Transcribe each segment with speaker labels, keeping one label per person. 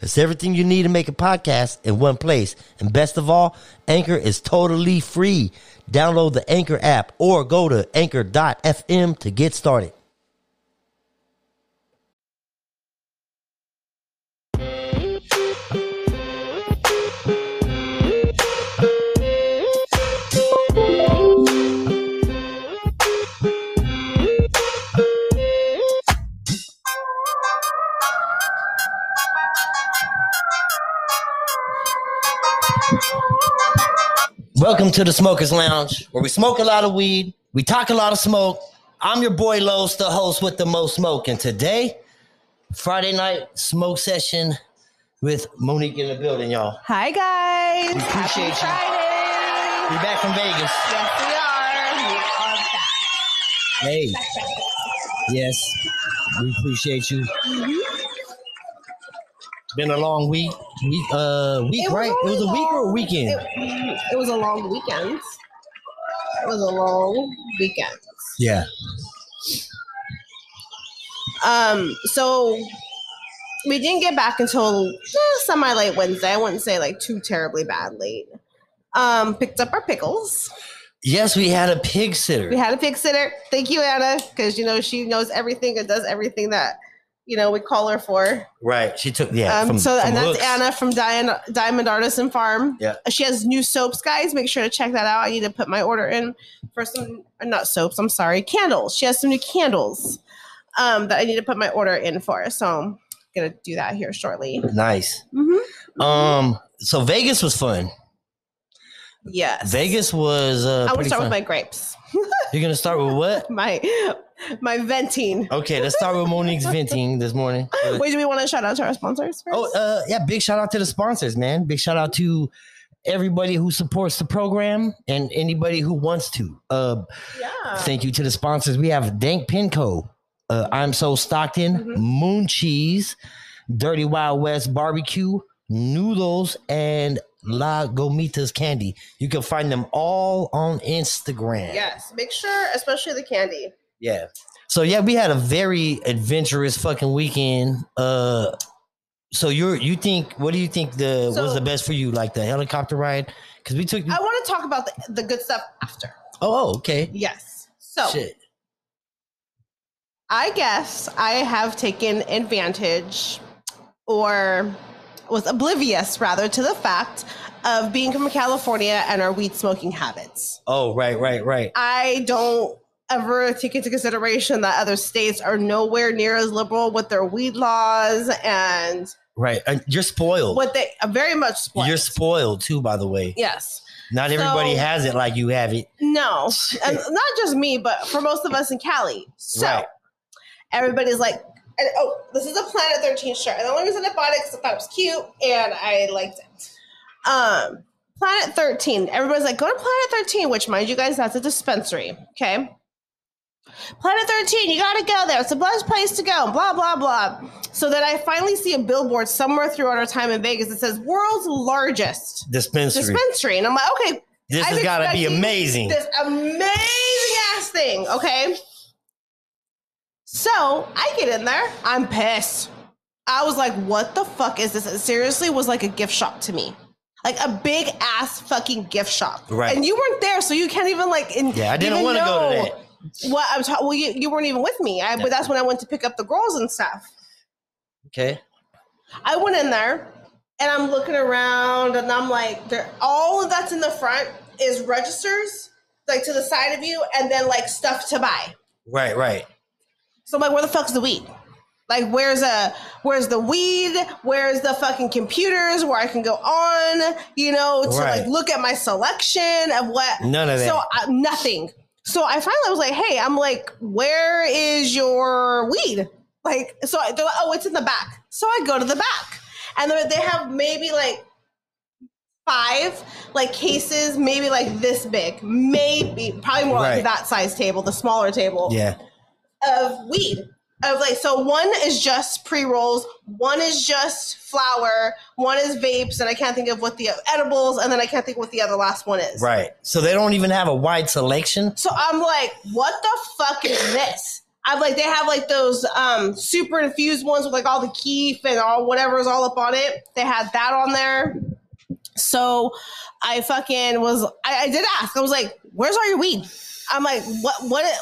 Speaker 1: It's everything you need to make a podcast in one place. And best of all, Anchor is totally free. Download the Anchor app or go to anchor.fm to get started. Welcome to the Smokers Lounge, where we smoke a lot of weed, we talk a lot of smoke. I'm your boy Lowe's, the host with the most smoke, and today, Friday night smoke session with Monique in the building, y'all.
Speaker 2: Hi guys.
Speaker 1: We appreciate you.
Speaker 2: Friday.
Speaker 1: We back from Vegas.
Speaker 2: Yes, we are. We are back.
Speaker 1: Hey, yes, we appreciate you.
Speaker 2: Mm-hmm.
Speaker 1: Been a long week, week, uh, week,
Speaker 2: It was
Speaker 1: right? It was a week or a weekend.
Speaker 2: It, it was a long weekend. It was a long weekend.
Speaker 1: yeah,
Speaker 2: Um, so we didn't get back until semi late Wednesday. I wouldn't say like too terribly bad late. Um, picked up our pickles.
Speaker 1: yes, we had a pig sitter.
Speaker 2: We had a pig sitter. Thank you, Anna, because you know she knows everything and does everything that you know we call her for.
Speaker 1: Right, she took yeah.
Speaker 2: um,
Speaker 1: from,
Speaker 2: so
Speaker 1: from
Speaker 2: and that's
Speaker 1: Hooks.
Speaker 2: Anna from Diana, Diamond Artisan Farm.
Speaker 1: Yeah.
Speaker 2: She has new soaps, guys. Make sure to check that out. I need to put my order in for some uh, not soaps. I'm sorry, candles. She has some new candles um, that I need to put my order in for. So I'm gonna do that here shortly.
Speaker 1: Nice.
Speaker 2: hmm
Speaker 1: Um, so Vegas was fun.
Speaker 2: Yes.
Speaker 1: Vegas was uh,
Speaker 2: I would
Speaker 1: pretty
Speaker 2: start
Speaker 1: fun.
Speaker 2: with my grapes.
Speaker 1: You're gonna start with what?
Speaker 2: My my venting.
Speaker 1: Okay, let's start with Monique's venting this morning.
Speaker 2: Wait, do we want to shout out to our sponsors first?
Speaker 1: Uh, Oh, uh, yeah, big shout out to the sponsors, man. Big shout out to everybody who supports the program and anybody who wants to. Uh,
Speaker 2: yeah.
Speaker 1: thank you to the sponsors. We have Dank Pinco, uh, I'm So Stockton,
Speaker 2: Mhm.
Speaker 1: Moon Cheese, Dirty Wild West Barbecue, Noodles, and La Gomitas Candy. You can find them all on Instagram.
Speaker 2: Yes. Make sure, especially the candy.
Speaker 1: Yeah. So yeah, we had a very adventurous fucking weekend. Uh so you're you think what do you think the
Speaker 2: So- Oh.
Speaker 1: was the best for you? Like the helicopter ride? Cause we took
Speaker 2: I want to talk about the, the good stuff after.
Speaker 1: Oh, oh, okay.
Speaker 2: Yes. So
Speaker 1: Shit.
Speaker 2: I guess I have taken advantage or was oblivious rather to the fact of being from California and our weed smoking habits.
Speaker 1: Oh, right, right, right.
Speaker 2: I don't ever take into consideration that other states are nowhere near as liberal with their weed laws and
Speaker 1: Right. And you're spoiled.
Speaker 2: what they are very much spoiled.
Speaker 1: You're spoiled too, by the way.
Speaker 2: yes.
Speaker 1: Not everybody
Speaker 2: So-
Speaker 1: has it like you have it.
Speaker 2: No,
Speaker 1: Shit.
Speaker 2: and not just me, but for most of us in Cali. So
Speaker 1: Right.
Speaker 2: everybody's like, and, "Oh, this is a Planet Thirteen shirt," and the only reason I bought it because I thought it was cute and I liked it. Um, Planet Thirteen. Everybody's like, "Go to Planet Thirteen, which, mind you, guys, that's a dispensary. Okay. Planet 13, you gotta go there. It's the best place to go, blah, blah, blah. So then I finally see a billboard somewhere throughout our time in Vegas that says world's largest
Speaker 1: Dispensary.
Speaker 2: dispensary. And I'm like, okay,
Speaker 1: this
Speaker 2: I'm
Speaker 1: has gotta be
Speaker 2: expecting
Speaker 1: amazing.
Speaker 2: this amazing ass thing, okay? So I get in there, I'm pissed. I was like, what the fuck is this? It seriously was like a gift shop to me. Like a big ass fucking gift shop.
Speaker 1: Right.
Speaker 2: And you weren't there, so you can't even like in,
Speaker 1: yeah, I didn't
Speaker 2: even
Speaker 1: want to go to
Speaker 2: know
Speaker 1: that.
Speaker 2: What I'm talking well, you, you weren't even with me. I but that's when I went to pick up the girls and stuff.
Speaker 1: Okay.
Speaker 2: I went in there and I'm looking around and I'm like, there all of that's in the front is registers, like to the side of you, and then like stuff to buy.
Speaker 1: Right, right.
Speaker 2: So I'm like, where the fuck's the weed? Like where's a where's the weed? Where's the fucking computers where I can go on, you know, to
Speaker 1: Right.
Speaker 2: like look at my selection of what
Speaker 1: None of that.
Speaker 2: so uh, nothing. So I finally was like, "Hey, I'm like, where is your weed?" Like, so I- they're like, "Oh, it's in the back." So I go to the back, and they they have maybe like five like cases, maybe like this big, maybe probably more
Speaker 1: Right.
Speaker 2: like that size table, the smaller table
Speaker 1: Yeah.
Speaker 2: of weed. Of like, so one is just pre rolls, one is just flour, one is vapes, and I can't think of what the uh, edibles, and then I can't think what the other last one is.
Speaker 1: Right. So they don't even have a wide selection.
Speaker 2: So I'm like, what the fuck is this? I'm like, they have like those um, super infused ones with like all the keef and all whatever's all up on it. They had that on there. So I fucking was, I, I did ask. I was like, where's all your weed? I'm like, what, what,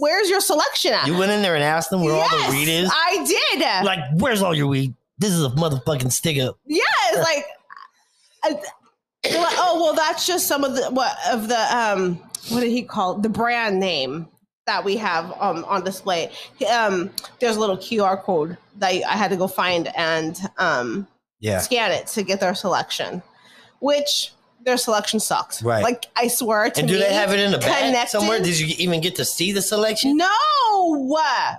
Speaker 2: where's your selection at?
Speaker 1: You went in there and asked them where all the weed is.
Speaker 2: I did.
Speaker 1: like, where's all your weed? This is a motherfucking stick up.
Speaker 2: Yes, like, I, they're like, oh well, that's just some of the what of the um what did he call it? the brand name that we have um on display. Um, there's a little QR code that I had to go find and um
Speaker 1: Yeah.
Speaker 2: scan it to get their selection, which their selection sucks.
Speaker 1: Right.
Speaker 2: Like I swear to
Speaker 1: And do
Speaker 2: me,
Speaker 1: they have it in the bag
Speaker 2: connected-
Speaker 1: somewhere? Did you even get to see the selection?
Speaker 2: No.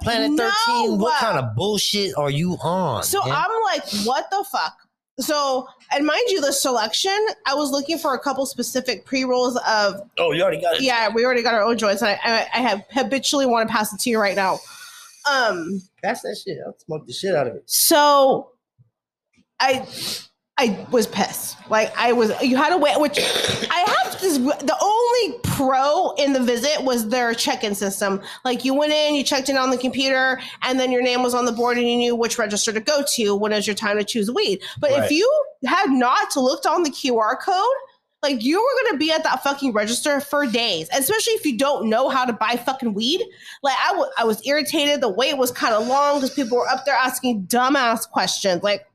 Speaker 1: Planet
Speaker 2: No.
Speaker 1: 13, what kind of bullshit are you on?
Speaker 2: So
Speaker 1: man?
Speaker 2: I'm like, what the fuck? So, and mind you, the selection, I was looking for a couple specific pre rolls of,
Speaker 1: oh, you already got it.
Speaker 2: yeah, we already got our own joints. And I, I, I have habitually want to pass it to you right now. Um,
Speaker 1: Pass that shit. I'll smoke the shit out of it.
Speaker 2: so I, I was pissed. Like I was, you had to wait, which I have this, the only pro in the visit was their check-in system. Like you went in, you checked in on the computer and then your name was on the board and you knew which register to go to when it was your time to choose weed. But
Speaker 1: Right.
Speaker 2: if you had not looked on the QR code, like you were gonna be at that fucking register for days, especially if you don't know how to buy fucking weed. Like I wa- I was irritated. The wait was kind of long because people were up there asking dumbass questions. Like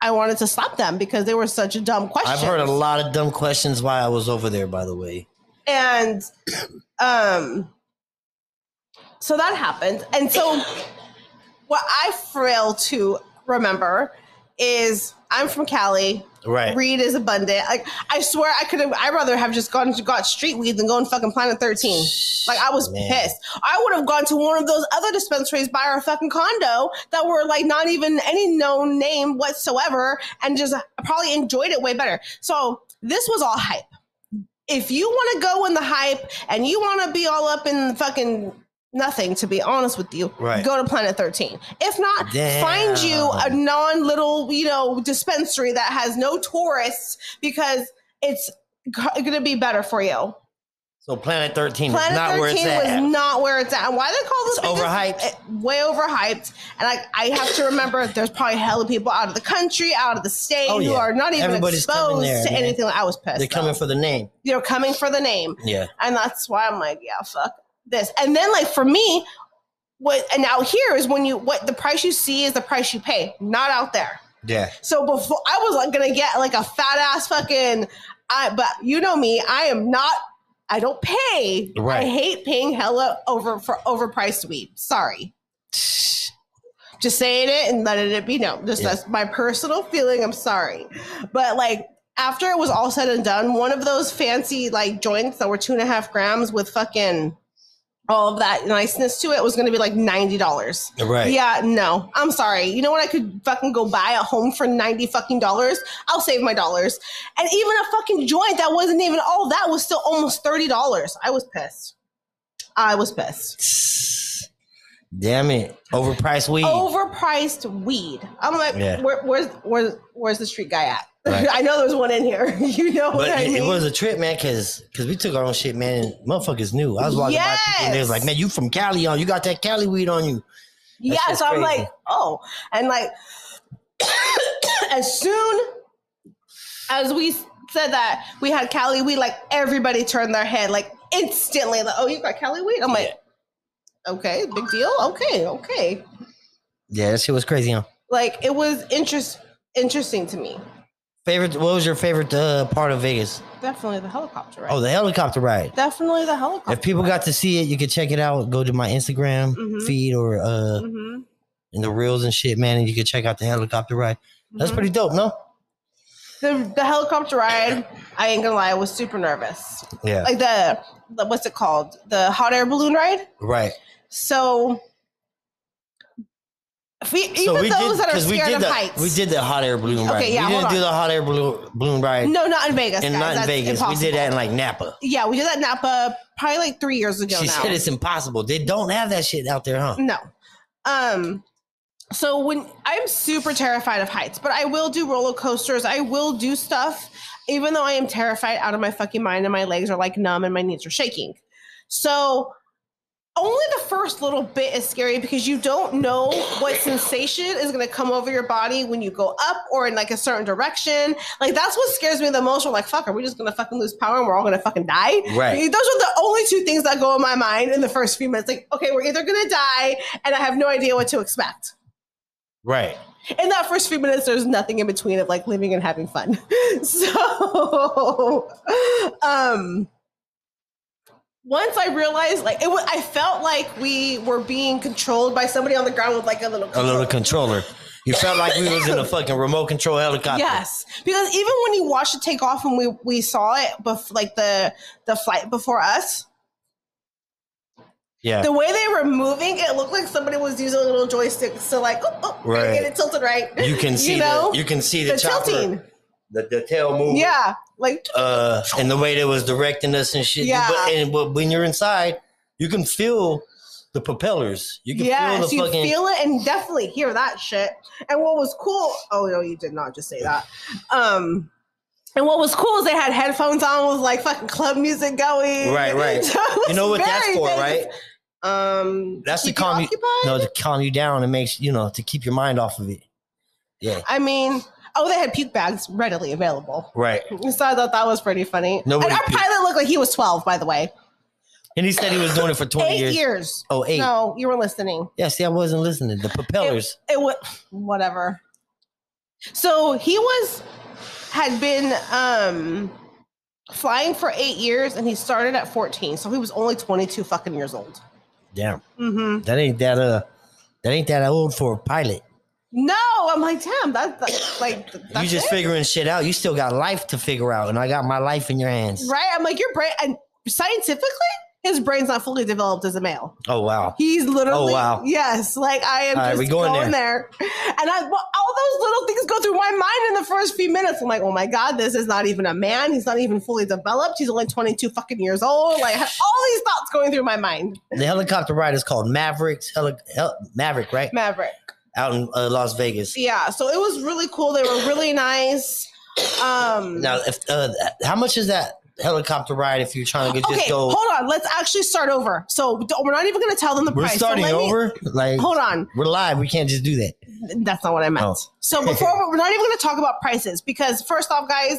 Speaker 2: I wanted to slap them because they were such a dumb question.
Speaker 1: I've heard a lot of dumb questions while I was over there, by the way.
Speaker 2: and um so that happened and so what i fail to remember is i'm from cali
Speaker 1: Right.
Speaker 2: weed is abundant like i swear i could have i'd rather have just gone to got street weed than going fucking planet 13 like I was
Speaker 1: Man.
Speaker 2: pissed. I would have gone to one of those other dispensaries by our fucking condo that were like not even any known name whatsoever, and just probably enjoyed it way better. So this was all hype. If you want to go in the hype and you want to be all up in fucking nothing, to be honest with you,
Speaker 1: Right.
Speaker 2: go to Planet Thirteen. If not,
Speaker 1: Damn.
Speaker 2: find you a non little you know dispensary that has no tourists because it's going to be better for you.
Speaker 1: So Planet 13 is
Speaker 2: Planet
Speaker 1: Mm, not where it's
Speaker 2: 13
Speaker 1: at.
Speaker 2: was not where it's at. And why they call this
Speaker 1: It's
Speaker 2: thing this-
Speaker 1: overhyped.
Speaker 2: eh, way overhyped. And like I have to remember there's probably hella people out of the country, out of the state
Speaker 1: Oh,
Speaker 2: who
Speaker 1: yeah.
Speaker 2: are not even
Speaker 1: Everybody's coming
Speaker 2: exposed
Speaker 1: there,
Speaker 2: to
Speaker 1: man.
Speaker 2: anything. I was pissed.
Speaker 1: They're coming
Speaker 2: off.
Speaker 1: for the name.
Speaker 2: They're coming for the name.
Speaker 1: Yeah.
Speaker 2: And that's why I'm like, yeah, fuck this. And then like for me, what and out here is when you what the price you see is the price you pay, not out there.
Speaker 1: Yeah.
Speaker 2: So before I was like gonna get like a fat ass fucking I but you know me, I am not I don't pay.
Speaker 1: Right.
Speaker 2: I hate paying hella over for overpriced weed. Sorry. Just saying it and letting it be known. Just
Speaker 1: Yeah.
Speaker 2: that's my personal feeling. I'm sorry. But like after it was all said and done, one of those fancy like joints that were two and a half grams with fucking all of that niceness to it was gonna be like ninety dollars.
Speaker 1: Right.
Speaker 2: Yeah, no. I'm sorry. You know what? I could fucking go buy a home for 90 fucking dollars. I'll save my dollars. And even a fucking joint that wasn't even all that was still almost $30. I was pissed. I was pissed.
Speaker 1: Damn it. Overpriced weed.
Speaker 2: Overpriced weed. I'm like,
Speaker 1: Yeah.
Speaker 2: where, where's, where's, where's the street guy at?
Speaker 1: Right.
Speaker 2: I know there's one in here. you know
Speaker 1: but
Speaker 2: what I
Speaker 1: it, it
Speaker 2: mean?
Speaker 1: was a trip, man, because we took our own shit, man. And motherfuckers knew. I was walking by people and they was
Speaker 2: Yes.
Speaker 1: like, man, you from Cali on. You got that Cali weed on you.
Speaker 2: yeah,
Speaker 1: just
Speaker 2: so I'm
Speaker 1: crazy.
Speaker 2: like, oh, and like, as soon as we said that we had Cali weed, like everybody turned their head, like instantly, like, oh, you got Cali weed? I'm like, okay, big deal, okay, okay.
Speaker 1: Yeah, that shit was crazy, huh?
Speaker 2: Like it was interest interesting to me.
Speaker 1: Favorite, what was your favorite uh, part of Vegas?
Speaker 2: Definitely the helicopter ride.
Speaker 1: Oh, the helicopter ride.
Speaker 2: Definitely the helicopter.
Speaker 1: If people got to see it, you can check it out. Go to my Instagram
Speaker 2: Mhm.
Speaker 1: feed or uh
Speaker 2: hmm
Speaker 1: in the reels and shit, man, and you can check out the helicopter ride. That's
Speaker 2: Mm-hmm.
Speaker 1: pretty dope, no?
Speaker 2: the, the helicopter ride. I ain't gonna lie, I was super nervous.
Speaker 1: Yeah.
Speaker 2: Like the, the what's it called? The hot air balloon ride.
Speaker 1: right.
Speaker 2: So We, even those that are
Speaker 1: 'cause we
Speaker 2: scared
Speaker 1: did
Speaker 2: of
Speaker 1: the,
Speaker 2: heights.
Speaker 1: We did the hot air balloon ride.
Speaker 2: yeah,
Speaker 1: we
Speaker 2: hold
Speaker 1: didn't do
Speaker 2: on.
Speaker 1: the hot air balloon, balloon ride.
Speaker 2: no, not in Vegas.
Speaker 1: and
Speaker 2: guys.
Speaker 1: not in
Speaker 2: That's
Speaker 1: Vegas. We did
Speaker 2: impossible.
Speaker 1: that in like Napa.
Speaker 2: Yeah, we did that in Napa probably like three years ago
Speaker 1: She
Speaker 2: now.
Speaker 1: said it's impossible. They don't have that shit out there, huh?
Speaker 2: No. Um so when I'm super terrified of heights, but I will do roller coasters. I will do stuff even though I am terrified out of my fucking mind and my legs are like numb and my knees are shaking. So only the first little bit is scary because you don't know what sensation is going to come over your body when you go up or in like a certain direction. Like that's what scares me the most. We're like, fuck, are we just going to fucking lose power and we're all going to fucking die?
Speaker 1: Right.
Speaker 2: Those are the only two things that go in my mind in the first few minutes. Like, okay, we're either going to die and I have no idea what to expect.
Speaker 1: Right.
Speaker 2: In that first few minutes, there's nothing in between of like living and having fun. So, um, once I realized, like, it was, I felt like we were being controlled by somebody on the ground with like a little,
Speaker 1: A little controller. You felt like we was in a fucking remote control helicopter.
Speaker 2: Yes, because even when you watched it take off and we we saw it, bef- like the the flight before us,
Speaker 1: Yeah.
Speaker 2: the way they were moving, it looked like somebody was using a little joystick. So like, oh, oh gotta
Speaker 1: Right.
Speaker 2: get it tilted right.
Speaker 1: you can see
Speaker 2: know?
Speaker 1: the you can see the,
Speaker 2: the
Speaker 1: chopper,
Speaker 2: tilting.
Speaker 1: The, the tail move.
Speaker 2: Yeah, like
Speaker 1: Uh, and the way that was directing us and shit.
Speaker 2: Yeah.
Speaker 1: But, and but when you're inside, you can feel the propellers. You can
Speaker 2: yes,
Speaker 1: feel
Speaker 2: you
Speaker 1: the fucking
Speaker 2: feel it and definitely hear that shit. And what was cool? Oh no, you did not just say that. Um, and what was cool is they had headphones on with like fucking club music going.
Speaker 1: Right, right.
Speaker 2: So it
Speaker 1: You know
Speaker 2: was
Speaker 1: what that's
Speaker 2: very
Speaker 1: for,
Speaker 2: Vegas.
Speaker 1: right?
Speaker 2: Um,
Speaker 1: That's to
Speaker 2: keep
Speaker 1: calm you-
Speaker 2: occupied?
Speaker 1: No, to calm you down and makes you know to keep your mind off of it. Yeah.
Speaker 2: I mean, oh, they had puke bags readily available.
Speaker 1: Right.
Speaker 2: So I thought that was pretty funny.
Speaker 1: Nobody
Speaker 2: and our
Speaker 1: puked.
Speaker 2: pilot looked like he was 12, by the way.
Speaker 1: And he said he was doing it for twenty
Speaker 2: Eight years.
Speaker 1: years. Oh, eight.
Speaker 2: No, you were listening.
Speaker 1: Yeah. See, I wasn't listening. The propellers.
Speaker 2: It was whatever. So he was had been um flying for eight years and he started at 14. So he was only 22 fucking years old.
Speaker 1: Damn.
Speaker 2: Mm-hmm.
Speaker 1: That ain't that uh. That ain't that old for a pilot.
Speaker 2: No, I'm like, damn, that's that, like that's
Speaker 1: you just
Speaker 2: it?
Speaker 1: figuring shit out. You still got life to figure out, and I got my life in your hands.
Speaker 2: right. I'm like, your brain and scientifically, his brain's not fully developed as a male.
Speaker 1: Oh wow.
Speaker 2: He's
Speaker 1: Oh,
Speaker 2: literally,
Speaker 1: wow.
Speaker 2: yes, like I am
Speaker 1: All right,
Speaker 2: just
Speaker 1: we
Speaker 2: going,
Speaker 1: going
Speaker 2: there. And I, well, all those little things go through my mind in the first few minutes. I'm like, oh my God, this is not even a man. He's not even fully developed. He's only 22 fucking years old. Like I had all these thoughts going through my mind.
Speaker 1: The helicopter ride is called Mavericks. Heli- Hel- Maverick, right?
Speaker 2: Maverick.
Speaker 1: out in uh, Las Vegas.
Speaker 2: Yeah. So it was really cool. They were really nice. Um,
Speaker 1: Now, if uh, how much is that helicopter ride if you're trying to get,
Speaker 2: okay,
Speaker 1: just go?
Speaker 2: hold on. Let's actually start over. So don't- we're not even going to tell them the
Speaker 1: We're
Speaker 2: price. So
Speaker 1: starting
Speaker 2: let me-
Speaker 1: over. like
Speaker 2: Hold on.
Speaker 1: we're live. We can't just do that.
Speaker 2: That's not what I meant.
Speaker 1: Oh.
Speaker 2: So before we're not even going to talk about prices because first off, guys,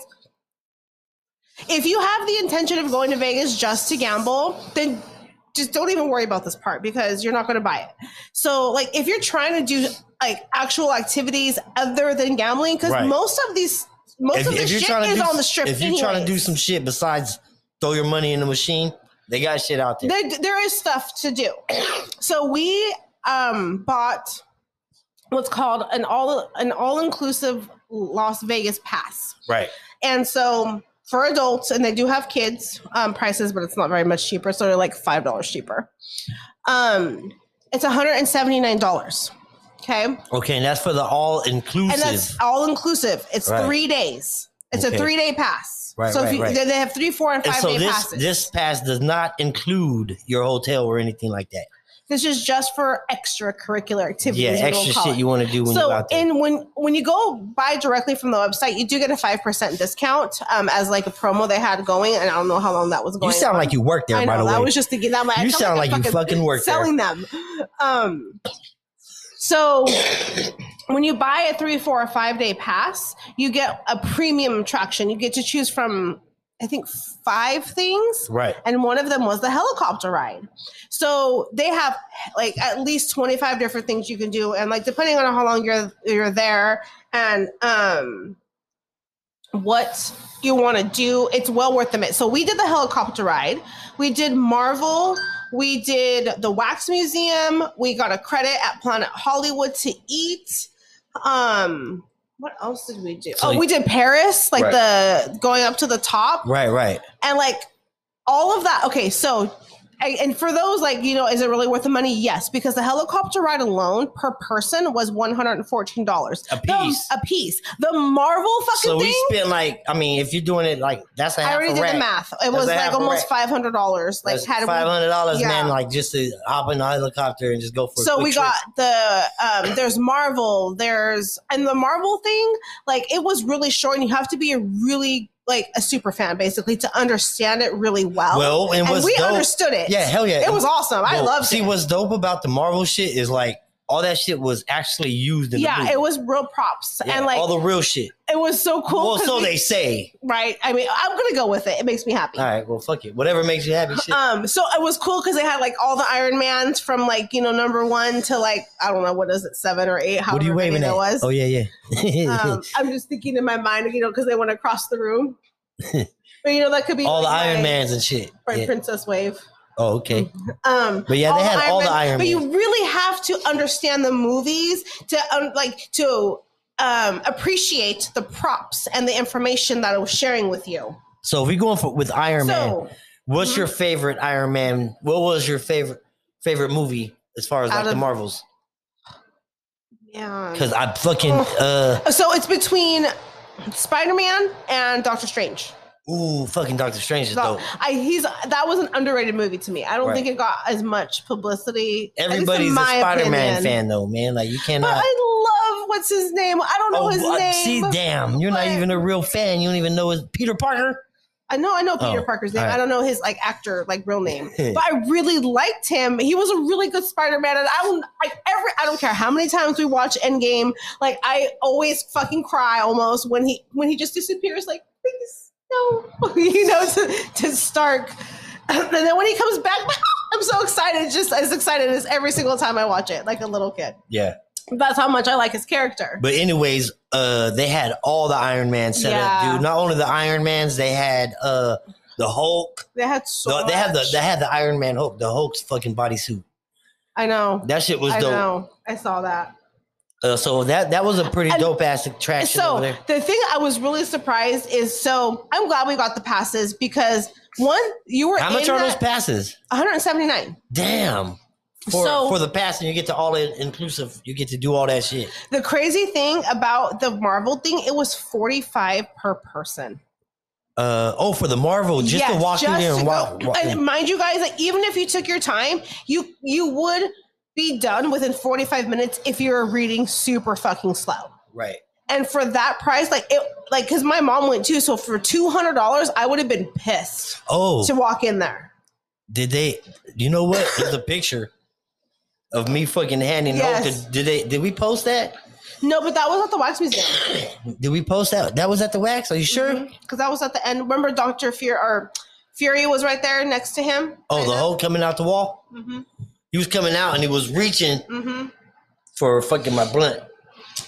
Speaker 2: if you have the intention of going to Vegas just to gamble, then just don't even worry about this part because you're not going to buy it. So like if you're trying to do like actual activities other than gambling, because
Speaker 1: Right.
Speaker 2: most of these most of this shit is
Speaker 1: do,
Speaker 2: on the strip.
Speaker 1: if you're trying to do
Speaker 2: anyways.
Speaker 1: some shit besides throw your money in the machine, they got shit out there.
Speaker 2: there, there is stuff to do. So we um, bought what's called an all an all inclusive Las Vegas pass.
Speaker 1: right.
Speaker 2: And so for adults, and they do have kids um, prices, but it's not very much cheaper. So they're like five dollars cheaper. Um, it's one hundred and seventy nine dollars. Okay, and
Speaker 1: Okay, and that's for the all inclusive.
Speaker 2: that's all inclusive. It's
Speaker 1: Right.
Speaker 2: three days. It's a
Speaker 1: Okay.
Speaker 2: three day pass.
Speaker 1: Right,
Speaker 2: so if
Speaker 1: right,
Speaker 2: you,
Speaker 1: right.
Speaker 2: they they have three, four, and
Speaker 1: And
Speaker 2: five
Speaker 1: so
Speaker 2: day
Speaker 1: this
Speaker 2: passes.
Speaker 1: this pass does not include your hotel or anything like that.
Speaker 2: this is just for extracurricular activities.
Speaker 1: Yeah,
Speaker 2: we will
Speaker 1: extra
Speaker 2: call
Speaker 1: shit
Speaker 2: it.
Speaker 1: you want to do when you're
Speaker 2: so
Speaker 1: out there.
Speaker 2: and when when you go buy directly from the website, you do get a five percent discount um, as like a promo they had going, and I don't know how long that was going.
Speaker 1: you sound
Speaker 2: on.
Speaker 1: like you work there,
Speaker 2: I know.
Speaker 1: by the
Speaker 2: That
Speaker 1: way.
Speaker 2: was just thinking that. I'm Like, I
Speaker 1: You
Speaker 2: felt
Speaker 1: sound
Speaker 2: like,
Speaker 1: like
Speaker 2: I'm
Speaker 1: you fucking work there.
Speaker 2: selling them. Um, so when you buy a three, four, or five day pass, you get a premium attraction. You get to choose from, I think, five things.
Speaker 1: right.
Speaker 2: And one of them was the helicopter ride. So they have like at least 25 different things you can do. And like depending on how long you're you're there and um what you want to do, it's well worth the minute. So we did the helicopter ride, we did Marvel, we did the Wax Museum, we got a credit at Planet Hollywood to eat. Um what else did we do?
Speaker 1: So
Speaker 2: oh,
Speaker 1: you-
Speaker 2: we did Paris, like
Speaker 1: Right.
Speaker 2: the going up to the top
Speaker 1: Right, right.
Speaker 2: and like all of that okay so I- and for those like you know is it really worth the money yes because the helicopter ride alone per person was $114
Speaker 1: A
Speaker 2: The-
Speaker 1: piece.
Speaker 2: a piece the marvel fucking
Speaker 1: So
Speaker 2: thing
Speaker 1: we spent like, I mean, if you're doing it like that's a half
Speaker 2: i already
Speaker 1: a
Speaker 2: did
Speaker 1: rack.
Speaker 2: the math it
Speaker 1: That's
Speaker 2: was
Speaker 1: a
Speaker 2: like
Speaker 1: half a
Speaker 2: almost
Speaker 1: rack.
Speaker 2: $500 like
Speaker 1: That's
Speaker 2: had we
Speaker 1: five hundred dollars,
Speaker 2: Yeah.
Speaker 1: man. Like just to hop in a helicopter and just go for. a
Speaker 2: so
Speaker 1: quick
Speaker 2: we
Speaker 1: trip.
Speaker 2: got the um there's marvel there's and the marvel thing like it was really short and you have to be a really like a super fan basically to understand it really well
Speaker 1: Well, and
Speaker 2: and
Speaker 1: what's
Speaker 2: we
Speaker 1: dope?
Speaker 2: understood it
Speaker 1: Yeah, hell yeah.
Speaker 2: it was awesome i
Speaker 1: Well,
Speaker 2: loved
Speaker 1: See,
Speaker 2: it
Speaker 1: what's dope about the Marvel shit is like all that shit was actually used in the
Speaker 2: yeah
Speaker 1: movie.
Speaker 2: it was real props
Speaker 1: Yeah,
Speaker 2: and like
Speaker 1: all the real shit.
Speaker 2: it was so cool
Speaker 1: well,
Speaker 2: 'cause
Speaker 1: so
Speaker 2: we-
Speaker 1: they say.
Speaker 2: right i mean i'm gonna go with it it makes me happy
Speaker 1: All right, well, fuck it. Whatever makes you happy. Shit.
Speaker 2: Um, so it was cool because they had like all the Iron Mans from like you know number one to like I don't know what is it seven or eight.
Speaker 1: what are you
Speaker 2: however many
Speaker 1: waving
Speaker 2: there
Speaker 1: at?
Speaker 2: Was.
Speaker 1: Oh yeah, yeah.
Speaker 2: um, I'm just thinking in my mind, you know, because they want to cross the room. but you know, that could be
Speaker 1: all the
Speaker 2: like
Speaker 1: Iron
Speaker 2: my-
Speaker 1: Mans and shit.
Speaker 2: my
Speaker 1: Yeah.
Speaker 2: Princess Wave.
Speaker 1: Oh, okay.
Speaker 2: Um,
Speaker 1: But yeah, they had all the Iron Man.
Speaker 2: But you really have to understand the movies to um, like to um, appreciate the props and the information that I was sharing with you.
Speaker 1: So if we going for with Iron Man,
Speaker 2: so
Speaker 1: what's
Speaker 2: mhm.
Speaker 1: your favorite Iron Man? What was your favorite favorite movie as far as
Speaker 2: Out
Speaker 1: like the
Speaker 2: of-
Speaker 1: Marvels?
Speaker 2: yeah,
Speaker 1: Because I fucking uh
Speaker 2: so it's between Spider-Man and Doctor Strange.
Speaker 1: ooh fucking Doctor Strange is
Speaker 2: So
Speaker 1: dope.
Speaker 2: I, he's that was an underrated movie to me. I don't
Speaker 1: Right.
Speaker 2: think it got as much publicity. at least in
Speaker 1: Everybody's a
Speaker 2: my
Speaker 1: Spider Man
Speaker 2: opinion.
Speaker 1: fan though, man. Like you
Speaker 2: But
Speaker 1: cannot.
Speaker 2: I love what's his name. I don't know his
Speaker 1: uh,
Speaker 2: name.
Speaker 1: see, damn, you're not
Speaker 2: But-
Speaker 1: even a real fan. You don't even know his Peter Parker.
Speaker 2: I know, I know Peter
Speaker 1: Oh,
Speaker 2: Parker's name.
Speaker 1: all right.
Speaker 2: I don't know his like actor, like real name. but I really liked him. He was a really good Spider Man, and I don't, I every, I don't care how many times we watch Endgame. Like I always fucking cry almost when he when he just disappears. Like please no, you know, to, to Stark. And then when he comes back, I'm so excited, just as excited as every single time I watch it, like a little kid.
Speaker 1: Yeah.
Speaker 2: That's how much I like his character.
Speaker 1: But anyways, uh, they had all the Iron Man set
Speaker 2: Yeah.
Speaker 1: up, dude. Not only the Iron Mans, they had uh the Hulk.
Speaker 2: They had so.
Speaker 1: No, they had the
Speaker 2: much.
Speaker 1: they had the Iron Man Hulk, the Hulk's fucking bodysuit.
Speaker 2: I know.
Speaker 1: That shit was
Speaker 2: I
Speaker 1: dope.
Speaker 2: know. I saw that.
Speaker 1: Uh, so that that was a pretty
Speaker 2: And-
Speaker 1: dope ass attraction
Speaker 2: so
Speaker 1: over there.
Speaker 2: the thing I was really surprised is so I'm glad we got the passes because one you were
Speaker 1: How
Speaker 2: in
Speaker 1: much are
Speaker 2: that-
Speaker 1: those passes?
Speaker 2: 179.
Speaker 1: Damn. For,
Speaker 2: So-
Speaker 1: for the pass, and you get to all in- inclusive. You get to do all that shit.
Speaker 2: The crazy thing about the Marvel thing, it was 45 per person.
Speaker 1: Uh, oh, for the Marvel, just to
Speaker 2: Yes,
Speaker 1: walk in
Speaker 2: just
Speaker 1: there
Speaker 2: to
Speaker 1: and
Speaker 2: go-
Speaker 1: walk. walk-
Speaker 2: And mind you guys, like, even if you took your time, you you would be done within 45 minutes if you were reading super fucking slow.
Speaker 1: right.
Speaker 2: And for that price, like it like cuz my mom went too, so for $200, I would have been pissed
Speaker 1: Oh,
Speaker 2: to walk in there.
Speaker 1: did they? You know what? There's a picture of me fucking handing out.
Speaker 2: Yes.
Speaker 1: Did, did they? Did we post that?
Speaker 2: No, but that was at the wax museum.
Speaker 1: Did we post that? That was at the wax. Are you sure?
Speaker 2: because that was at the end. Remember, Doctor Fear or Fury was right there next to him.
Speaker 1: Oh, the hole coming out the wall.
Speaker 2: hmm
Speaker 1: He was coming out and he was reaching
Speaker 2: hmm
Speaker 1: for fucking my blunt.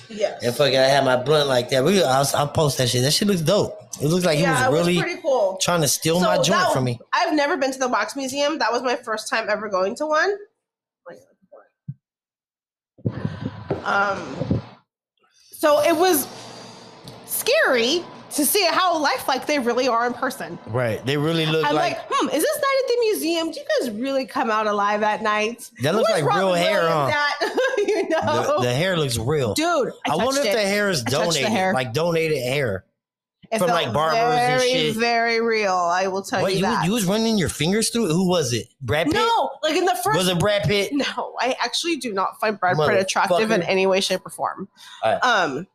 Speaker 2: Yeah.
Speaker 1: And fucking, I had my blunt like that. We, I'll, I'll post that shit. That shit looks dope. It looks like
Speaker 2: yeah,
Speaker 1: he was really
Speaker 2: it was pretty cool.
Speaker 1: trying to steal my
Speaker 2: So
Speaker 1: joint
Speaker 2: that-
Speaker 1: from me.
Speaker 2: I've never been to the wax museum. That was my first time ever going to one. Um, so it was scary to see how lifelike they really are in person.
Speaker 1: Right. They really look
Speaker 2: I'm
Speaker 1: like,
Speaker 2: like, hmm, is this night at the museum? Do you guys really come out alive at night?
Speaker 1: That looks
Speaker 2: What's
Speaker 1: like real
Speaker 2: Robin
Speaker 1: hair
Speaker 2: Williams
Speaker 1: on.
Speaker 2: at?" you know,
Speaker 1: the, the hair looks real.
Speaker 2: dude. I,
Speaker 1: I wonder if
Speaker 2: touched
Speaker 1: the
Speaker 2: it.
Speaker 1: hair is
Speaker 2: I touched the
Speaker 1: donated,
Speaker 2: hair.
Speaker 1: like donated hair.
Speaker 2: It
Speaker 1: from,
Speaker 2: felt
Speaker 1: like, barbers and
Speaker 2: very,
Speaker 1: shit.
Speaker 2: Very real. I will tell
Speaker 1: What
Speaker 2: you
Speaker 1: you,
Speaker 2: that.
Speaker 1: you was running your fingers through? it? Who was it? Brad Pitt?
Speaker 2: no, like in the first.
Speaker 1: was it Brad Pitt?
Speaker 2: no, I actually do not find Brad Pitt attractive in
Speaker 1: Motherfucker.
Speaker 2: any way, shape, or form.
Speaker 1: Alright.
Speaker 2: Um,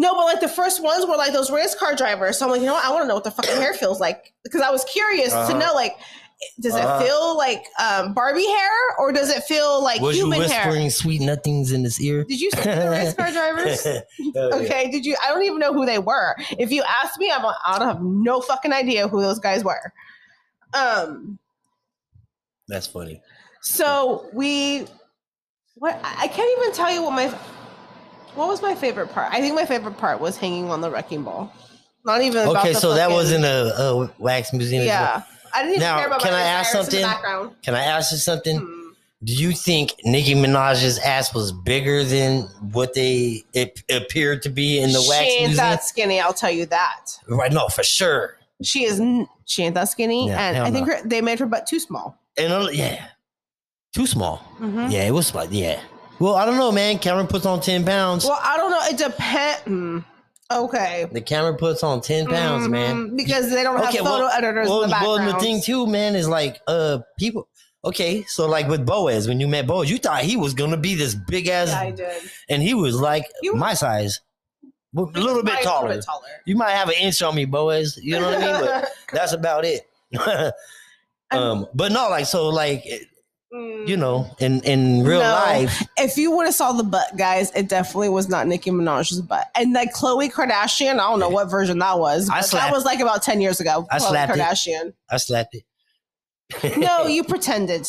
Speaker 2: no, but like the first ones were like those race car drivers. So I'm like, you know what? I want to know what the fucking hair feels like because I was curious
Speaker 1: Uh-huh.
Speaker 2: to know like. Does
Speaker 1: Uh-huh.
Speaker 2: it feel like um, Barbie hair, or does it feel like
Speaker 1: was you
Speaker 2: human
Speaker 1: whispering
Speaker 2: hair?
Speaker 1: sweet nothings in his ear?
Speaker 2: Did you see the race car drivers?
Speaker 1: okay.
Speaker 2: Okay, did you? I don't even know who they were. If you asked me, I'm, like, I don't have no fucking idea who those guys were. Um,
Speaker 1: That's funny.
Speaker 2: so we, what? I I can't even tell you what my, what was my favorite part. I think my favorite part was hanging on the wrecking ball. Not even about
Speaker 1: Okay,
Speaker 2: the
Speaker 1: so that
Speaker 2: fucking-
Speaker 1: was in a, a wax museum. as well.
Speaker 2: yeah. I didn't even
Speaker 1: Now,
Speaker 2: care about
Speaker 1: can
Speaker 2: my
Speaker 1: I ask
Speaker 2: desires in the
Speaker 1: something?
Speaker 2: background.
Speaker 1: Can I ask you something?
Speaker 2: Hmm.
Speaker 1: Do you think Nicki Minaj's ass was bigger than what they it appeared to be in the
Speaker 2: she
Speaker 1: wax
Speaker 2: ain't
Speaker 1: museum?
Speaker 2: that skinny. I'll tell you that.
Speaker 1: Right? No, for sure.
Speaker 2: She is n- she ain't that skinny,
Speaker 1: Yeah,
Speaker 2: and
Speaker 1: hell
Speaker 2: I think
Speaker 1: no.
Speaker 2: her, they made her butt too small.
Speaker 1: And uh, yeah, too small.
Speaker 2: Mhm.
Speaker 1: Yeah, it was like yeah. Well, I don't know, man. Cameron puts on ten pounds.
Speaker 2: Well, I don't know. It depends. Okay.
Speaker 1: the Cameron puts on ten pounds, man.
Speaker 2: Mhm, Because they don't have
Speaker 1: Okay,
Speaker 2: photo
Speaker 1: well-
Speaker 2: editors
Speaker 1: Well,
Speaker 2: in the
Speaker 1: well,
Speaker 2: background.
Speaker 1: and the thing too, man, is like uh people. Okay, so like with Boaz, when you met Boaz, you thought he was gonna be this big ass,
Speaker 2: yeah, I did.
Speaker 1: and he was like
Speaker 2: He was-
Speaker 1: my size, a little bit
Speaker 2: Probably
Speaker 1: taller. You might have an inch on me, Boaz. You know what I mean? But that's about it. um, but no, like so, like
Speaker 2: Mm.
Speaker 1: you know, in in real
Speaker 2: No.
Speaker 1: life,
Speaker 2: if you would have saw the butt, guys, it definitely was not Nicki Minaj's butt. And like Khloe Kardashian, I don't know what version that was.
Speaker 1: I
Speaker 2: but
Speaker 1: slapped-
Speaker 2: that was like about ten years ago.
Speaker 1: I
Speaker 2: Khloe
Speaker 1: slapped it.
Speaker 2: Kardashian.
Speaker 1: I slapped it.
Speaker 2: No, you pretended.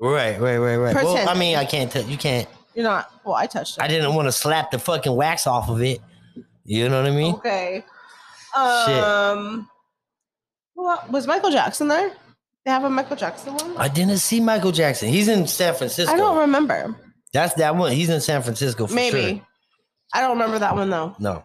Speaker 1: Right, right, right, right. Well, I
Speaker 2: Pretend.
Speaker 1: mean, I can't. T- you can't.
Speaker 2: You're not. Well, I touched it.
Speaker 1: I didn't want to slap the fucking wax off of it. You know what I mean?
Speaker 2: Okay.
Speaker 1: Shit.
Speaker 2: Um. Well, was Michael Jackson there? They have a Michael Jackson one. I,
Speaker 1: I didn't see Michael Jackson. He's in San Francisco.
Speaker 2: don't remember.
Speaker 1: That's that one. He's in San Francisco for
Speaker 2: Maybe.
Speaker 1: sure.
Speaker 2: I don't remember that one though.
Speaker 1: No,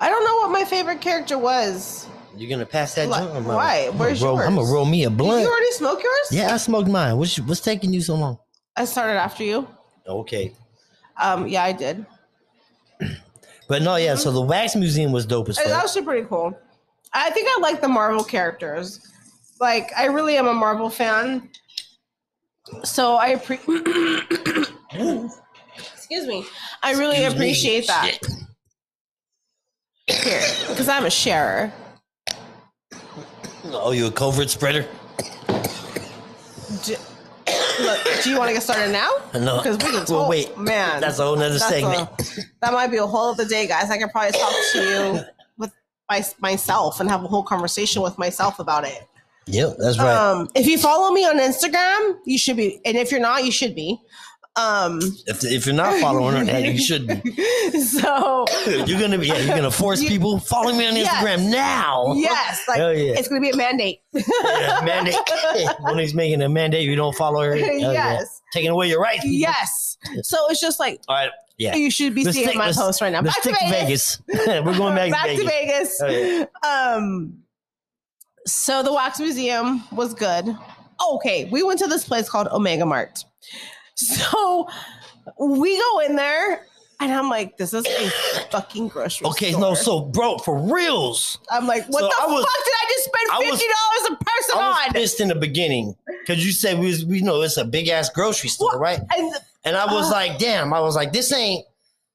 Speaker 2: I don't know what my favorite character was.
Speaker 1: you're gonna pass that
Speaker 2: Why-
Speaker 1: joint. or not?
Speaker 2: why? Where's
Speaker 1: I'm gonna roll- I'm
Speaker 2: yours?
Speaker 1: gonna roll me a
Speaker 2: Did
Speaker 1: blunt.
Speaker 2: you already smoke yours?
Speaker 1: yeah, I smoked mine. What's what's taking you so long?
Speaker 2: I started after you.
Speaker 1: Okay.
Speaker 2: Um. Yeah, I did.
Speaker 1: But no, yeah. So the wax museum was dope as
Speaker 2: It was
Speaker 1: fuck.
Speaker 2: actually pretty cool. I think I like the Marvel characters. Like I really am a Marvel fan. So I appre- Excuse me. I
Speaker 1: Excuse
Speaker 2: really
Speaker 1: me.
Speaker 2: appreciate that.
Speaker 1: Shit.
Speaker 2: Because I'm a sharer.
Speaker 1: Oh, you a covert spreader?
Speaker 2: Do, look, do you want to get started now?
Speaker 1: No.
Speaker 2: Because we can talk.
Speaker 1: Well, wait.
Speaker 2: man.
Speaker 1: That's a whole nother
Speaker 2: That's
Speaker 1: segment.
Speaker 2: a- that might be a whole other day, guys. I could probably talk to you with my, myself and have a whole conversation with myself about it.
Speaker 1: Yep, that's right.
Speaker 2: Um, if you follow me on Instagram, you should be, and if you're not, you should be. Um,
Speaker 1: if, if you're not following her, hey, you should. be.
Speaker 2: so
Speaker 1: You're gonna be. Yeah, you're gonna force
Speaker 2: You-
Speaker 1: people follow me on
Speaker 2: Yes.
Speaker 1: Instagram now.
Speaker 2: yes, like
Speaker 1: Hell yeah.
Speaker 2: it's gonna be a mandate.
Speaker 1: Yeah, mandate. when he's making a mandate, you don't follow her. Hell yeah.
Speaker 2: yes,
Speaker 1: Taking away your rights. people.
Speaker 2: yes. So it's just like
Speaker 1: All right. Yeah.
Speaker 2: you should be
Speaker 1: Let's
Speaker 2: seeing
Speaker 1: stick-
Speaker 2: my
Speaker 1: let's-
Speaker 2: post right now.
Speaker 1: Let's
Speaker 2: Back to
Speaker 1: stick to
Speaker 2: Vegas.
Speaker 1: Vegas. We're going back, to Vegas.
Speaker 2: Vegas.
Speaker 1: Oh,
Speaker 2: Um, so the wax museum was good. Okay, we went to this place called Omega Mart. So we go in there, and I'm like, "This is a fucking grocery."
Speaker 1: Okay,
Speaker 2: store.
Speaker 1: no, so bro, for reals,
Speaker 2: I'm like, "What
Speaker 1: so
Speaker 2: the
Speaker 1: I was-
Speaker 2: fuck did I just
Speaker 1: I
Speaker 2: spend
Speaker 1: was-
Speaker 2: fifty dollars a person
Speaker 1: I was
Speaker 2: on?"
Speaker 1: pissed in the beginning because you said we, was, we know it's a big ass grocery store,
Speaker 2: What?
Speaker 1: right?
Speaker 2: And the-
Speaker 1: And I was
Speaker 2: Ugh.
Speaker 1: like, damn, I was like, this ain't,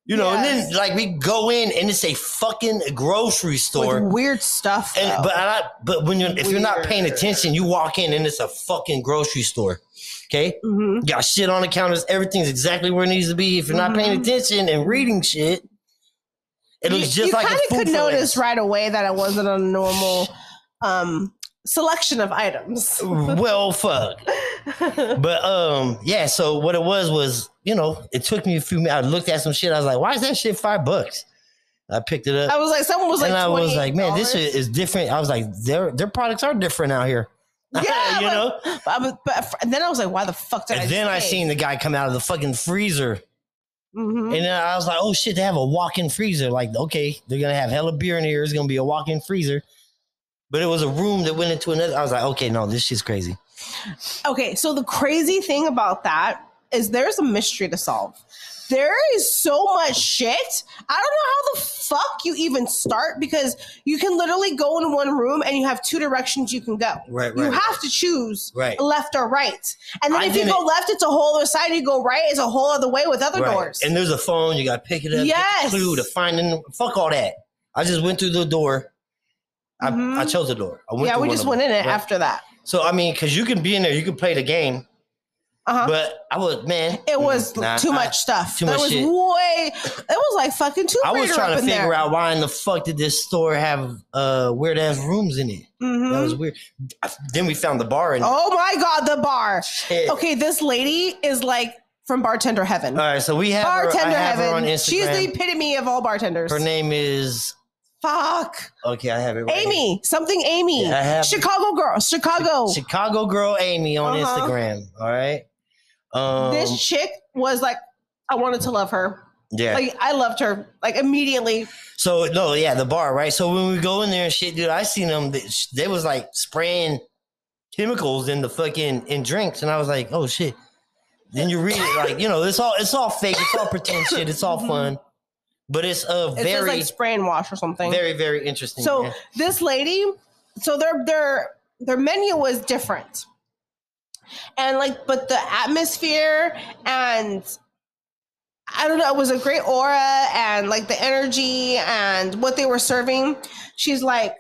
Speaker 1: you know. And
Speaker 2: Yes.
Speaker 1: then like we go in and it's a fucking grocery store.
Speaker 2: with weird stuff.
Speaker 1: and
Speaker 2: though.
Speaker 1: but I, but when you're if you're not paying
Speaker 2: Weird.
Speaker 1: attention, you walk in and it's a fucking grocery store. Okay,
Speaker 2: Mhm.
Speaker 1: got shit on the counters. Everything's exactly where it needs to be. If you're not paying
Speaker 2: Mhm.
Speaker 1: attention and reading shit, it looks
Speaker 2: you,
Speaker 1: just
Speaker 2: you
Speaker 1: like a
Speaker 2: kinda
Speaker 1: food
Speaker 2: could
Speaker 1: for
Speaker 2: notice
Speaker 1: less.
Speaker 2: right away that it wasn't a normal um, selection of items.
Speaker 1: well, fuck. But um, yeah. So what it was was, you know, it took me a few minutes. I looked at some shit. I was like, why is that shit five bucks? I picked it up,
Speaker 2: I was like, someone was like,
Speaker 1: and I was like, man, this
Speaker 2: $28.
Speaker 1: shit is different. I was like, their their products are different out here.
Speaker 2: Yeah,
Speaker 1: you
Speaker 2: but-
Speaker 1: know.
Speaker 2: But, I was, but and then I was like, why the fuck did I? Mm-hmm.
Speaker 1: And then I seen the guy come out of the fucking freezer.
Speaker 2: hmm
Speaker 1: And then I was like, oh shit, they have a walk in freezer. Like, okay, they're gonna have hella beer in here. It's gonna be a walk in freezer. But it was a room that went into another. I was like, okay, no, this shit's crazy.
Speaker 2: Okay, so the crazy thing about that is there's a mystery to solve. There is so much shit. I don't know how the fuck you even start because you can literally go in one room and you have two directions you can go.
Speaker 1: Right,
Speaker 2: You have to choose
Speaker 1: Right.
Speaker 2: left or right. And then
Speaker 1: I
Speaker 2: if you go
Speaker 1: didn't-
Speaker 2: left, it's a whole other side. You go right, it's a whole other way with other
Speaker 1: Right.
Speaker 2: doors.
Speaker 1: And there's a phone, you gotta pick it up.
Speaker 2: Yes.
Speaker 1: Yes. Clue to finding fuck all that. I just went through the door. I,
Speaker 2: Mhm.
Speaker 1: I chose the door. I went
Speaker 2: yeah,
Speaker 1: through
Speaker 2: we
Speaker 1: one
Speaker 2: just
Speaker 1: of
Speaker 2: went in
Speaker 1: them.
Speaker 2: it
Speaker 1: Right.
Speaker 2: after that.
Speaker 1: So I mean, cause you can be in there, you can play the game,
Speaker 2: Uh-huh.
Speaker 1: but I was man, Mm,
Speaker 2: It was
Speaker 1: nah,
Speaker 2: too
Speaker 1: I-
Speaker 2: much stuff.
Speaker 1: too
Speaker 2: there
Speaker 1: much
Speaker 2: was
Speaker 1: shit.
Speaker 2: way. It was like fucking too.
Speaker 1: I was trying to figure out why in the fuck did this store have uh weird ass rooms in it. That was weird. I- Then we found the bar in
Speaker 2: Mm-hmm. Oh my god, the bar.
Speaker 1: Shit.
Speaker 2: Okay, this lady is like from bartender heaven.
Speaker 1: All right, so we have her, I
Speaker 2: bartender
Speaker 1: have her on
Speaker 2: heaven.
Speaker 1: Instagram.
Speaker 2: She's the epitome of all bartenders.
Speaker 1: her name is
Speaker 2: Fuck,
Speaker 1: okay. I have it. Right here.
Speaker 2: Amy, something Amy,
Speaker 1: Yeah, I have-
Speaker 2: Chicago girl, Chicago.
Speaker 1: Chicago girl Amy on
Speaker 2: Oh. Uh-huh.
Speaker 1: Instagram. All right. Um,
Speaker 2: this chick was like, I wanted to love her.
Speaker 1: Yeah.
Speaker 2: Like I loved her. Like immediately.
Speaker 1: so no, yeah, the bar, right? So when we go in there and shit, dude, I seen them. They, sh- they was like spraying chemicals in the fucking in drinks, and I was like, oh shit. Then you read it, like you know, it's all it's all fake, it's all pretend shit, it's all fun, but it's uh,
Speaker 2: Mm-hmm. It's
Speaker 1: very,
Speaker 2: just like spray and wash or something.
Speaker 1: very, very interesting.
Speaker 2: So
Speaker 1: man.
Speaker 2: this lady, so their their their menu was different, and like, but the atmosphere and I don't know, it was a great aura and like the energy and what they were serving. She's like,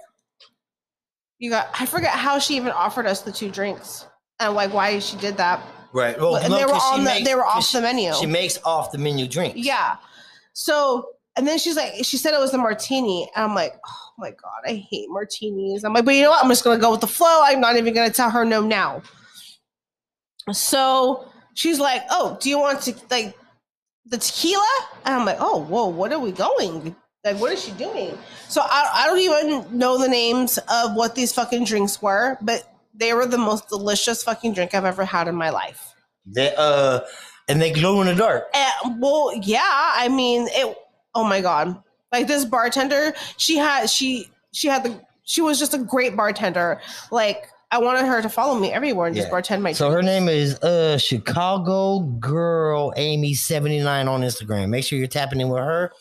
Speaker 2: you got. I forget how she even offered us the two drinks and like why she did that.
Speaker 1: right, well,
Speaker 2: and
Speaker 1: no,
Speaker 2: they were
Speaker 1: 'cause she
Speaker 2: on the
Speaker 1: makes-
Speaker 2: they were
Speaker 1: 'cause
Speaker 2: off
Speaker 1: she-
Speaker 2: the menu.
Speaker 1: She makes off the menu drinks.
Speaker 2: Yeah. So, and then she's like, she said it was the martini. And I'm like, oh my God, I hate martinis. I'm like, but you know what? I'm just going to go with the flow. I'm not even going to tell her no now. So she's like, oh, do you want to, like, the tequila? And I'm like, oh, whoa, what are we going? Like, what is she doing? So I, I don't even know the names of what these fucking drinks were, but they were the most delicious fucking drink I've ever had in my life.
Speaker 1: They uh, and they glow in the dark.
Speaker 2: And, Eh, well, yeah. I mean, it. Oh my god! Like this bartender, she had she she had the she was just a great bartender. Like I wanted her to follow me everywhere and just
Speaker 1: Yeah.
Speaker 2: bartend my.
Speaker 1: So her name is uh Chicago Girl Amy seventy nine on Instagram. Make sure you're tapping in with her,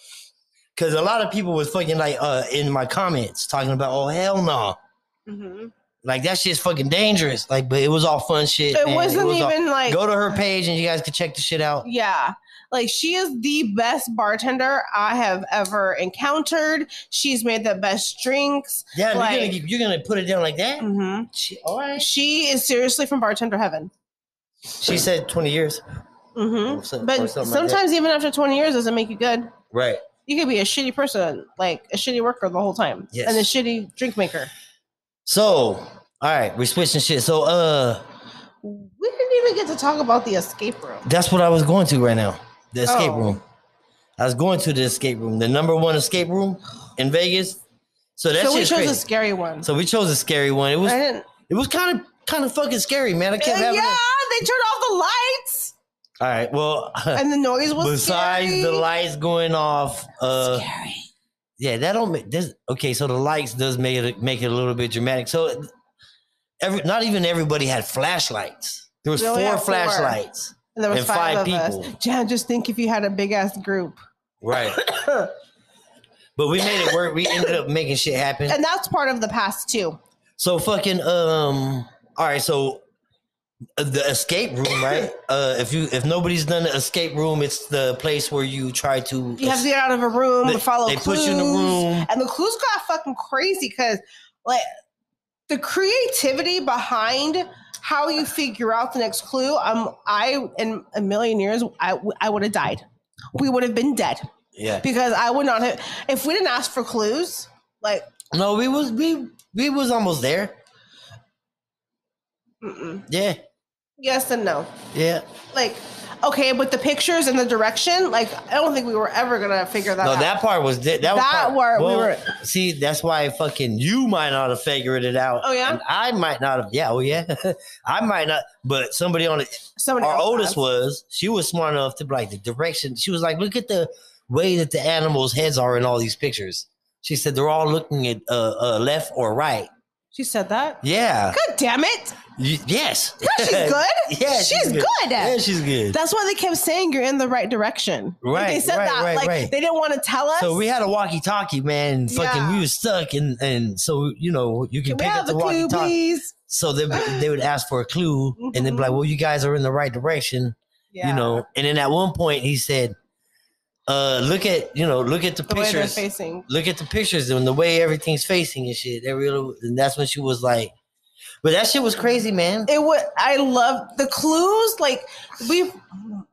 Speaker 1: because a lot of people was fucking like uh in my comments talking about oh hell no,
Speaker 2: Mhm.
Speaker 1: like that shit's fucking dangerous. Like, but it was all fun shit.
Speaker 2: It
Speaker 1: man.
Speaker 2: wasn't
Speaker 1: was all-
Speaker 2: even like
Speaker 1: Go to her page and you guys can check the shit out.
Speaker 2: yeah. Like she is the best bartender I have ever encountered. She's made the best drinks.
Speaker 1: Yeah, and
Speaker 2: Like-
Speaker 1: you're gonna you're gonna put it down like that.
Speaker 2: hmm
Speaker 1: She, all right.
Speaker 2: She is seriously from bartender heaven.
Speaker 1: She said twenty years.
Speaker 2: hmm
Speaker 1: Or so- or
Speaker 2: But
Speaker 1: something like that.
Speaker 2: sometimes even after twenty years doesn't make you good.
Speaker 1: Right.
Speaker 2: you could be a shitty person, like a shitty worker the whole time,
Speaker 1: Yes.
Speaker 2: and a shitty drink maker.
Speaker 1: So all right, we're switching shit. So uh,
Speaker 2: We didn't even get to talk about the escape room.
Speaker 1: That's what I was going to right now. The escape
Speaker 2: Oh.
Speaker 1: room. I was going to the escape room, the number one escape room in Vegas. So that's
Speaker 2: so we
Speaker 1: just
Speaker 2: chose
Speaker 1: crazy.
Speaker 2: a scary one.
Speaker 1: so we chose a scary one. It was
Speaker 2: I didn't.
Speaker 1: it was kind of kind of fucking scary, man. I
Speaker 2: Uh, Yeah,
Speaker 1: kept
Speaker 2: they turned
Speaker 1: having. it.
Speaker 2: off the lights,
Speaker 1: All right. Well,
Speaker 2: and the noise was
Speaker 1: besides
Speaker 2: scary.
Speaker 1: the lights going off, uh,
Speaker 2: Scary.
Speaker 1: yeah, that don't make this. Okay, so the lights does make it make it a little bit dramatic. So every not even everybody had flashlights. There was
Speaker 2: We only
Speaker 1: four
Speaker 2: had four.
Speaker 1: flashlights.
Speaker 2: And there was
Speaker 1: and
Speaker 2: five,
Speaker 1: five
Speaker 2: of us.
Speaker 1: people.
Speaker 2: Jan, just think if you had a big ass group,
Speaker 1: Right. but we made it work. We ended up making shit happen.
Speaker 2: and that's part of the past too.
Speaker 1: So fucking um. All right, so uh, the escape room, right? Uh, if you if nobody's done the escape room, it's the place where you try to.
Speaker 2: You have to get out of a room,
Speaker 1: They-
Speaker 2: follow
Speaker 1: they
Speaker 2: clues,
Speaker 1: put you in a room.
Speaker 2: and the clues got fucking crazy because like the creativity behind how you figure out the next clue. Um, I in a million years, I I would have died. We would have been dead
Speaker 1: yeah.
Speaker 2: because I would not have if we didn't ask for clues. Like,
Speaker 1: No, we was we we was almost there.
Speaker 2: mm-mm.
Speaker 1: Yeah,
Speaker 2: yes and no.
Speaker 1: yeah.
Speaker 2: Like, okay, but the pictures and the direction. Like, I don't think we were ever gonna figure that
Speaker 1: No,
Speaker 2: out.
Speaker 1: that part was di- that was
Speaker 2: That
Speaker 1: part-
Speaker 2: were- we
Speaker 1: well,
Speaker 2: were-
Speaker 1: See, that's why fucking you might not have figured it out.
Speaker 2: Oh, yeah?
Speaker 1: and I might not have. Yeah, oh yeah, I might not. But somebody on the
Speaker 2: Somebody
Speaker 1: our
Speaker 2: else
Speaker 1: oldest
Speaker 2: has.
Speaker 1: was she was smart enough to like the direction she was like look at the way that the animals heads are in all these pictures she said they're all looking at uh, uh left or right
Speaker 2: She said that.
Speaker 1: yeah
Speaker 2: God damn it!
Speaker 1: Y- yes
Speaker 2: Yeah, she's good.
Speaker 1: yeah
Speaker 2: she's, good.
Speaker 1: yeah she's good
Speaker 2: That's why they kept saying you're in the right direction. Like,
Speaker 1: Right,
Speaker 2: they said
Speaker 1: right,
Speaker 2: that.
Speaker 1: right,
Speaker 2: like
Speaker 1: right.
Speaker 2: they didn't want to tell us.
Speaker 1: so we had a walkie-talkie, man. and Fucking,
Speaker 2: Yeah.
Speaker 1: we was stuck, and and so you know you can,
Speaker 2: Can we
Speaker 1: pick up
Speaker 2: have
Speaker 1: the
Speaker 2: the clue,
Speaker 1: walkie-talkie.
Speaker 2: please?
Speaker 1: So they they would ask for a clue, and they'd be like, "Well, you guys are in the right direction."
Speaker 2: Mm-hmm. Yeah.
Speaker 1: you know and then at one point he said uh look at you know look at the,
Speaker 2: the way they're
Speaker 1: pictures
Speaker 2: facing.
Speaker 1: look at the pictures and the way everything's facing and shit every little and that's when she was like but that shit was crazy man
Speaker 2: It would. I love the clues. Like we,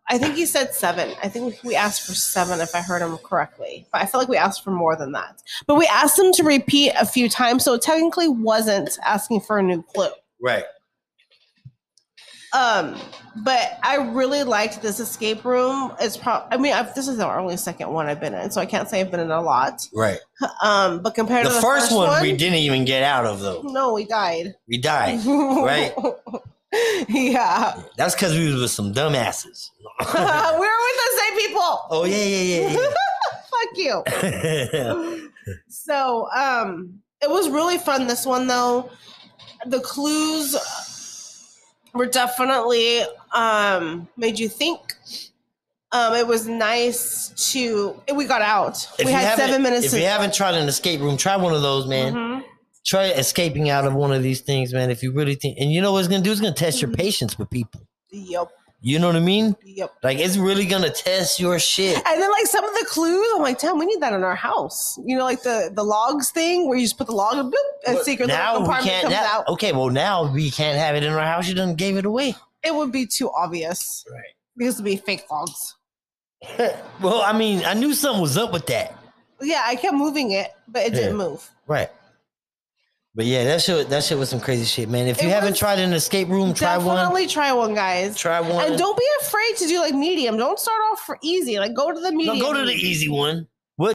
Speaker 2: I think he said seven. I think we asked for seven, if I heard him correctly. But I feel like we asked for more than that. But we asked them to repeat a few times, so it technically wasn't asking for a new clue.
Speaker 1: right
Speaker 2: Um, but I really liked this escape room. It's probably, I mean, I've, this is our only second one I've been in, so I can't say I've been in a lot.
Speaker 1: right
Speaker 2: Um, but
Speaker 1: the,
Speaker 2: compared to the
Speaker 1: first, one, we didn't even get out of though
Speaker 2: no, we died.
Speaker 1: we died right
Speaker 2: yeah.
Speaker 1: that's because we was with some dumbasses
Speaker 2: we were with the same people.
Speaker 1: Oh yeah, yeah, yeah.
Speaker 2: Fuck you.
Speaker 1: yeah.
Speaker 2: So um it was really fun this one though. The clues were definitely um made you think. Um it was nice to we got out.
Speaker 1: If
Speaker 2: we
Speaker 1: you
Speaker 2: had
Speaker 1: haven't-
Speaker 2: seven minutes
Speaker 1: If
Speaker 2: to
Speaker 1: you haven't tried an escape room, try one of those, man.
Speaker 2: Mhm.
Speaker 1: Try escaping out of one of these things, man. If you really think, and you know what it's gonna do, it's gonna test your
Speaker 2: Mhm.
Speaker 1: patience with people.
Speaker 2: Yep,
Speaker 1: You know what I mean?
Speaker 2: yep.
Speaker 1: Like it's really gonna test your shit.
Speaker 2: And then like some of the clues, I'm like, damn, we need that in our house. You know, like the the logs thing where you just put the log and bloop, a secret
Speaker 1: now we
Speaker 2: little compartment
Speaker 1: can't.
Speaker 2: comes
Speaker 1: Now,
Speaker 2: out.
Speaker 1: okay, well now we can't have it in our house. You done gave it away.
Speaker 2: It would be too obvious.
Speaker 1: Right.
Speaker 2: Because it'd be fake logs.
Speaker 1: well, I mean, I knew something was up with that.
Speaker 2: Yeah, I kept moving it, but it didn't move.
Speaker 1: Right. But yeah, that shit that shit was some crazy shit, man. If you
Speaker 2: It
Speaker 1: haven't
Speaker 2: was
Speaker 1: tried an escape room, try one.
Speaker 2: Definitely try one, guys.
Speaker 1: Try one.
Speaker 2: And don't be afraid to do like medium. Don't start off for easy. Like go to the
Speaker 1: No,
Speaker 2: medium.
Speaker 1: go to the easy one.